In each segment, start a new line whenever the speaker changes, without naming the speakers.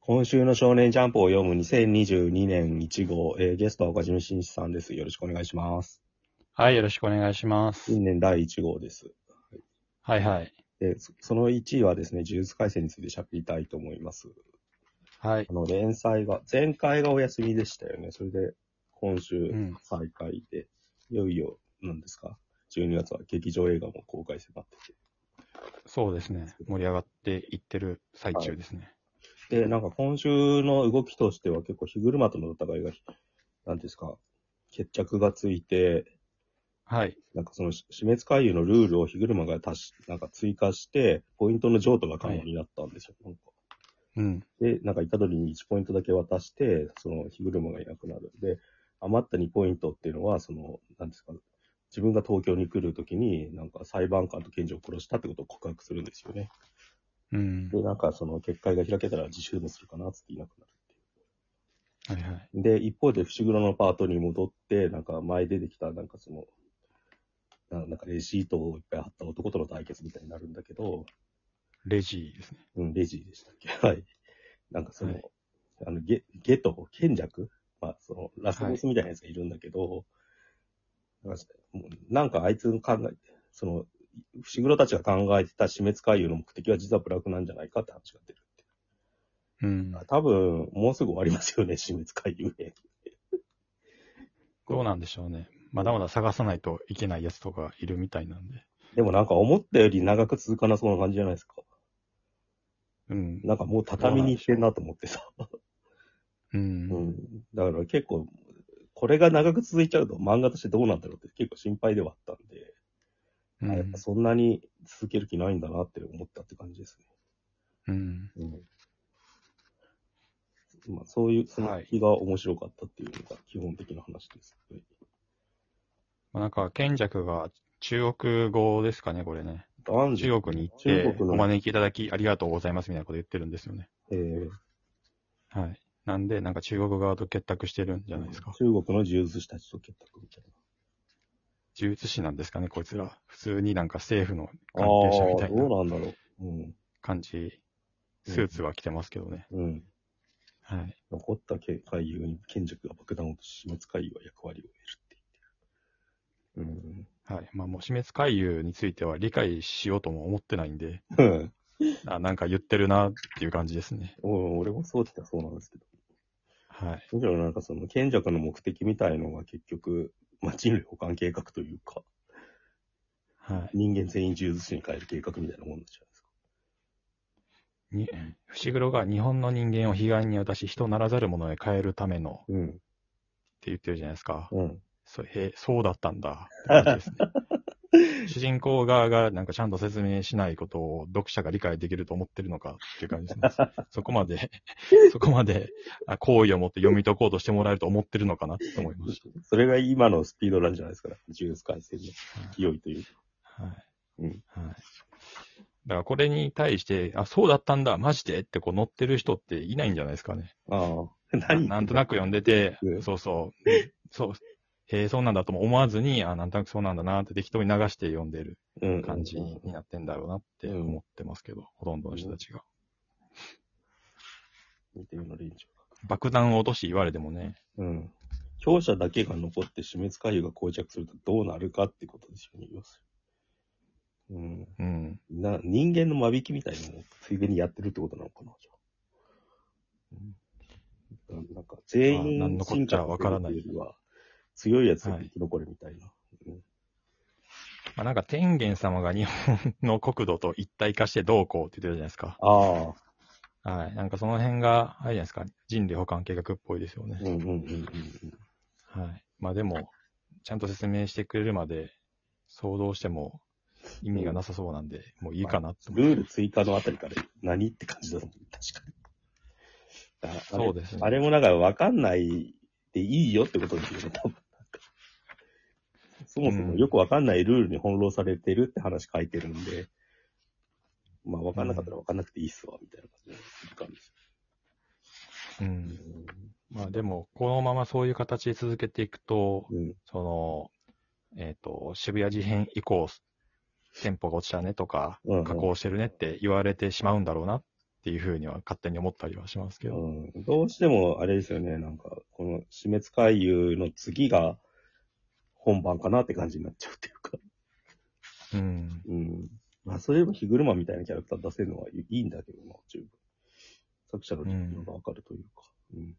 今週の少年ジャンプを読む2022年1号、えーゲストは岡島紳士さんです。よろしくお願いします。
はい、よろしくお願いします。
新年第1号です。
はいはい。
で、そその1位はですね、呪術改正について喋りたいと思います。
はい。
あの、連載が、前回がお休みでしたよね。それで、今
う
週
ん
再開で、いよいよ、何ですか ?12 月は劇場映画も公開迫ってて。
そうですね。盛り上がっていってる最中ですね。
で、なんか今週の動きとしては結構日車との戦いが、何ですか、決着がついて、
はい。
なんかそのし死滅回遊のルールを日車が足し、なんか追加して、ポイントの譲渡が可能になったんですよ。なんか
うん。
で、なんか、イタドリに1ポイントだけ渡して、その、日車がいなくなる。で、余った2ポイントっていうのは、その、なんですか、自分が東京に来るときに、なんか、裁判官と検事を殺したってことを告白するんですよね。
うん。
で、なんか、その、結界が開けたら自習もするかな、つっていなくなる
はいはい。
っていう。で、一方で、伏黒のパートに戻って、なんか、前出てきた、なんかその、ななんか、レシートをいっぱい貼った男との対決みたいになるんだけど、
レジですね。
うん、レジでしたっけ はい。なんかその、
はい
あの、ゲ、ゲと賢弱まあ、その、ラスボスみたいなやつがいるんだけど、なんかもうなんかあいつの考え、その、伏黒たちが考えてた死滅回遊の目的は実はブラックなんじゃないかって話が出るって。
うん。
多分、もうすぐ終わりますよね、死滅回遊ね。
どうなんでしょうね。まだまだ探さないといけないやつとかいるみたいなんで。
でもなんか思ったより長く続かなそうな感じじゃないですか。
うん。
なんかもう畳に行ってんなと思ってさ。
うん。
うん。だから結構、これが長く続いちゃうと漫画としてどうなんだろうって結構心配ではあったんで、
うん
あやっぱそんなに続ける気ないんだなって思ったって感じです
うん。
ね。うん。まあそういう、その
はい
気が面白かったっていうのが基本的な話です。はい
まあなんか、賢弱が中国語ですかね、これね。
男女、
中国に行って
中、国の
お招きいただきありがとうございますみたいなこと言ってるんですよね。
えー
はい。なんで、なんか中国側と結託してるんじゃないですか。
中国の呪術師たちと結託みたいな。
呪術師なんですかね、こいつら。普通になんか政府の
あ
関
あ
係者みたい
ー、どう
な
なんだろう。うん。
感じ。
うん
スーツは着てますけどね。
うん。
はい。
残ったけ回遊に賢弱が爆弾を死滅回遊は役割を得るって言ってる。
はい。まあもう死滅回遊については理解しようとも思ってないんで、
うん。
あなんか言ってるなっていう感じですね。
うん、 俺もそうってたそうなんですけど。
はい。
むしろなんかその、賢者の目的みたいのが結局、まあ、人類保管計画というか、
はい。
人間全員呪術師に変える計画みたいなもんなんじゃないですか。
に、伏黒が日本の人間を悲願に渡し、人ならざる者へ変えるためのって
うん。
言ってるじゃないですか。
うん。
そへえそうだったんだって感じです ね。主人公側がなんかちゃんと説明しないことを読者が理解できると思ってるのかっていう感じですね。 そこまで、そこまであ好意を持って読み解こうとしてもらえると思ってるのかなって思いまし
それが今のスピードなんじゃないですか。ジュース回戦の勢いというか。
た。はい。
うん
はい。だからこれに対して、あ、そうだったんだ、マジでってこう乗ってる人っていないんじゃないですかね。
ああ。
な
何
なんとなく読んでて
う、ん
そうそう、そう、へえ、そうなんだとも思わずに、あ、なんとなくそうなんだなって適当に流して読んでる。
く
感じになってんだろうなって思ってますけど、ほとんどの人たちが。
見てみの連中
爆弾を落とし言われてもね、
が。うん。強者だけが残って死滅回遊が膠着するとどうなるかってことですよね、要するに。うん。
うん。
な、人間の間引きみたいなのをついでにやってるってことなのかな、じゃあ。うん。なんか、全員、
まあ何のこっちゃわからない
進化してるというよりは。強いやつが生き残るみたいな。
まあ、なんか天元様が日本の国土と一体化してどうこうって言ってるじゃないですか。
ああ、
はい。なんかその辺が、あれじゃないですか、人類保管計画っぽいですよね
う。んうんうんうん
はい。まあでも、ちゃんと説明してくれるまで、想像しても意味がなさそうなんで、もういいかなって
うん。
思う。
ルール追加のあたりから何って感じだと思う。確かに。ああれ
そうですね
あれもなんかわかんないでいいよってことですよね、多分。なんかそもそもよくわかんないルールに翻弄されてるって話書いてるんで、まあわかんなかったらわかんなくていいっすわ、みたいな感じでする感じです
うん。まあでも、このままそういう形で続けていくと、
うん。うん。
その、えっ、と、渋谷事変以降、店舗が落ちたねとか、
うんうん
加工してるねって言われてしまうんだろうなっっていうふうには勝手に思ったりはしますけど。
うん、どうしても、あれですよね、なんか、この死滅回遊の次が本番かなって感じになっちゃうっていうか。
うん。
うん。まあ、それでもヒグルマみたいなキャラクター出せるのはいいんだけどな、十分。作者の理由がわかるというか。うん。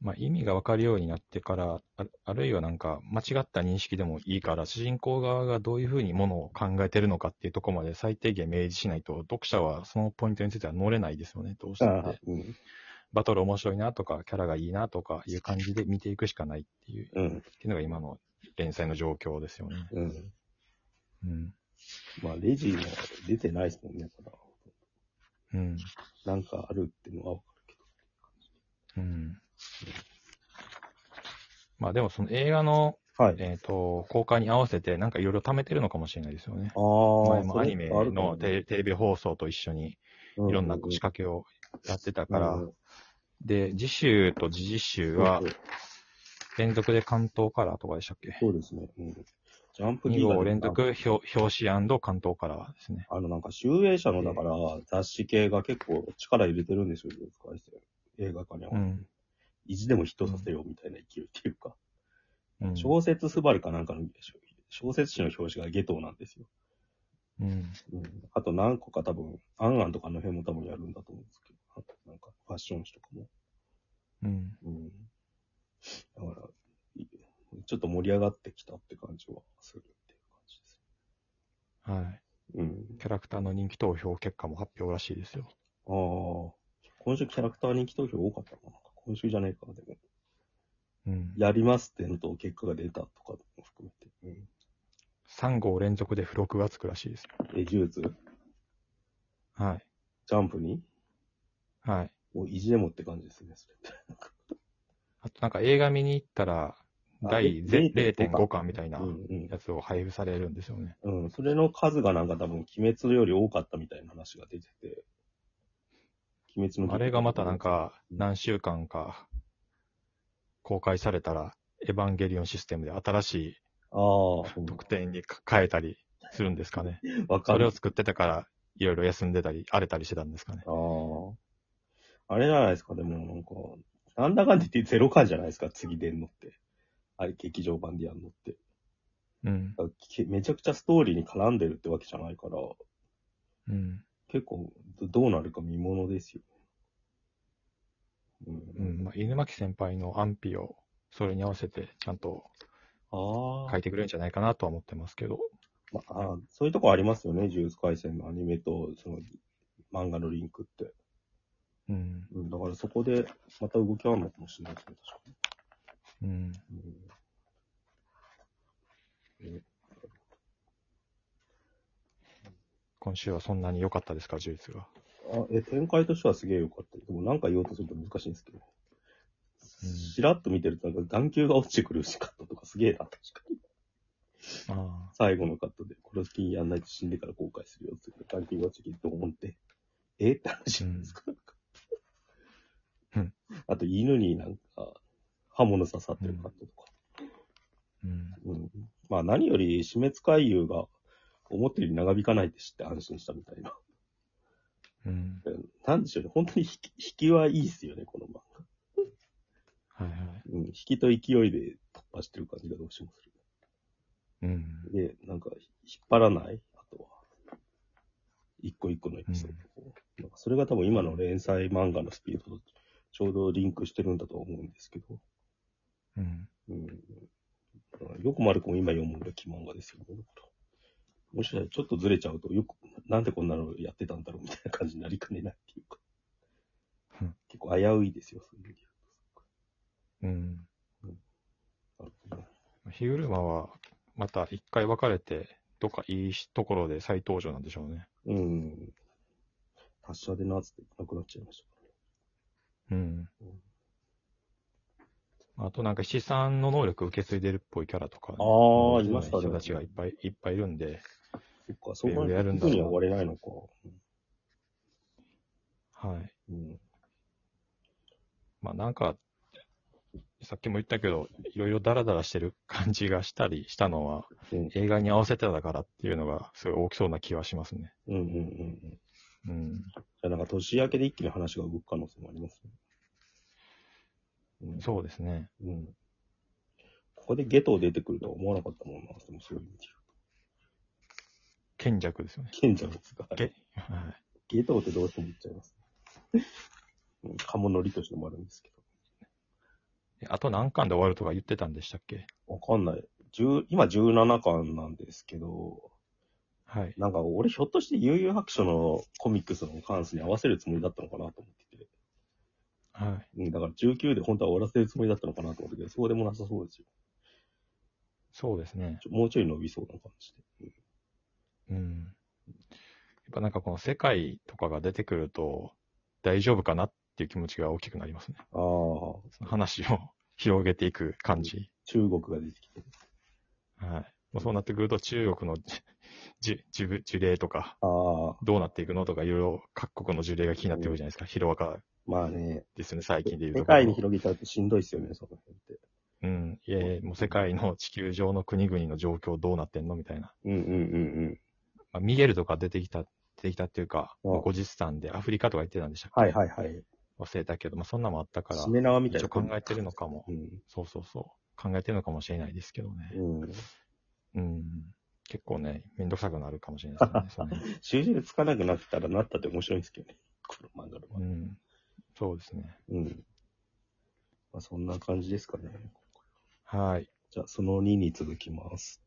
まあ意味がわかるようになってから、ああるいはなんか間違った認識でもいいから、主人公側がどういうふうにものを考えてるのかっていうところまで最低限明示しないと、読者はそのポイントについては乗れないですよね、どうしても
ああ
ね。
うん。
バトル面白いなとか、キャラがいいなとかいう感じで見ていくしかないっていう、っ
うん。
ていうのが今の連載の状況ですよね。
うん。
うん。
まあ、レジも出てないですもんね、だか
うん。
ら。なんかあるっていうのはわかるけ
うん。まあでもその映画の、
ど。はい。
えっ、と、公開に合わせてなんかいろいろ貯めてるのかもしれないですよね。
ああ、
前もアニメ
それあるかも
のテテレビ放送と一緒に
う
いろんな仕掛けをやってたから、で、次週と次々週
う
は
んうん
連続で関東カラーとかでしたっけ
そうですね。うん。ジャンプリ
2
ーガー
号連続表表紙関東カラーですね。
あの、なんか、集英社の、だから、雑誌系が結構力入れてるんですよ、使いして映画化には。
うん。
意地でもヒットさせようみたいな勢いっていうか、
うん。
小説すばりかなんかの、小説誌の表紙がゲトウなんですよ。
うん
うん。あと何個か多分、アンアンとかの辺も多分やるんだと思うんですけど、あとなんか、ファッション誌とかも。
うん。
うん。だから、いちょっと盛り上がってきたって感じはするっていう感じです。う
はい。
ん。
キャラクターの人気投票結果も発表らしいですよ。
ああ。今週キャラクター人気投票多かったかな。今週じゃねえかな、でも。
うん。
やりますってのと結果が出たとかも含めて。
3号連続で付録がつくらしいですよ。
うん。え、呪術
はい。
ジャンプに
はい。
もう意地でもって感じですね、それって。
あとなんか映画見に行ったら、
あ
第
0.5
0.5巻みたいな
うん
やつを配布されるんですよね。
うん。うん。それの数がなんか多分、鬼滅より多かったみたいな話が出てて。鬼滅の
あれがまたなん。か
うん
何週間か公開されたら、エヴァンゲリオンシステムで新しい
ああ、うん
特典にか変えたりするんですかね。
わか
それ
る
を。作ってたから、いろいろ休んでたり、荒れたりしてたんですかね。
ああ。あれじゃないですか、でもなんか、なんだかんだ言ってゼロ感じゃないですか、次出んのって。あれ、劇場版でやんのって。
うん。
だからきめちゃくちゃストーリーに絡んでるってわけじゃないから、
うん。
結構ど、どうなるか見ものですよ。う。
うんん。まあ、犬巻先輩の安否を、それに合わせてちゃんと
ああ
書いてくれるんじゃないかなとは思ってますけど。
まああー、そういうとこありますよね、呪術廻戦のアニメと、その、漫画のリンクって。
うん。
うん、だからそこで、また動きあるのかもしれないですね、確かに。
うん。
うんね
今週はそんなに良かったですか、呪術が。
あえ展開としてはすげえ良かった。でもなんか言おうとすると難しいんですけど。
うん
しらっと見てると、なんか眼球が落ちてくるしカットとかすげえな、確かに。
あ
最後のカットで、これ金やんないと死んでから後悔するよって言って、眼球が落ちてきて、ドーンって。えって話じゃないですか。
うん
あと、犬になんか、刃物刺さってるカットとか。
うん。
うん。まあ何より死滅回遊が思ったより長引かないって知って安心したみたいな。
うん。
うんなんでしょうね。本当に引き引きはいいっすよね、この漫画。
はいはい。
うん。引きと勢いで突破してる感じがどうしてもす
うん。
る。で、なんか引っ張らないあとは。一個一個のエピソードを。なんかそれが多分今の連載漫画のスピードとちょうどリンクしてるんだと思うんですけど。
うん。
うん。だからよくマルコも今読むべき漫画ですよね。もしかしたらちょっとずれちゃうと、よく、なんでこんなのやってたんだろうみたいな感じになりかねないっていうか
うん。
結構危ういですよ、そういう意味で
うん。
言うとなるほど
ヒグルマは、また一回別れて、どっかいいところで再登場なんでしょうね。
うん。達者でな、つってなくなっちゃいまし
うん。あとなんか、七三の能力受け継いでるっぽいキャラとか、
あー
うん
いましたね
人たちがいっぱいいっぱいいるんで、
たから。そっか、そう考え
いろいろや
る
るん
と
だ
すぐに
な
は終われないのか。
はい。
うん。
まあなんか、さっきも言ったけど、いろいろダラダラしてる感じがしたりしたのは、
うん
映画に合わせてたからっていうのが、すごい大きそうな気はしますね。
うんうんうんうん。
うん。
じゃあなんか年明けで一気に話が動く可能性もありますね。うん
そうですね。
うん。ここでゲトウ出てくるとは思わなかったもんな、でもそういう意味で
賢弱ですよね。
言うと。賢者ですか。
けはい。
ゲトウってどうしても言っちゃいます、 ね。うん、カモノリとしてもあるんですけ
えあと何巻で終わるとか言ってたんでしたっけ
ど。わかんない。10今17巻なんですけど、
はい。
なんか俺ひょっとして悠々白書のコミックスの関数に合わせるつもりだったのかなと思ってて。
はい。
うん、だから19で本当は終わらせるつもりだったのかなと思ってて、そうでもなさそうですよ。
そうですね。
ちょもうちょい伸びそうな感じで。
うん。やっぱなんかこの世界とかが出てくると、大丈夫かなっていう気持ちが大きくなりますね。
ああ、
その話を広げていく感じ。
中国が出てきて。
はい。もうそうなってくると中国のじじぶ事例とか、
ああ、
どうなっていくのとかいろいろ各国の事例が気になってくるじゃないですか。ヒロアカ
まあね、
ですよね、最近で言うと。
世界に広げちゃうとしんどいっすよね、その辺って。
うん。いやいや、もう世界の地球上の国々の状況どうなってんのみたいな。
うんうんうんうん。
まあ、ミゲルとか出てきた、出てきたっていうか、
うん
後日談でアフリカとか行ってたんでしたっけ
はいはいはい。
忘れたけど、まあそんなのもあったから
し、め縄みたい
一
な。
応考えてるのかも。
うん。
そうそうそう。考えてるのかもしれないですけどね。
うん。
うん。結構ね、めんどくさくなるかもしれないですよね。その
収集つかなくなったらなったって面白いんですけどね。この漫画の場合
辺うん。そうですね。
うん。まあそんな感じですかね。
はい。
じゃあその2に続きます。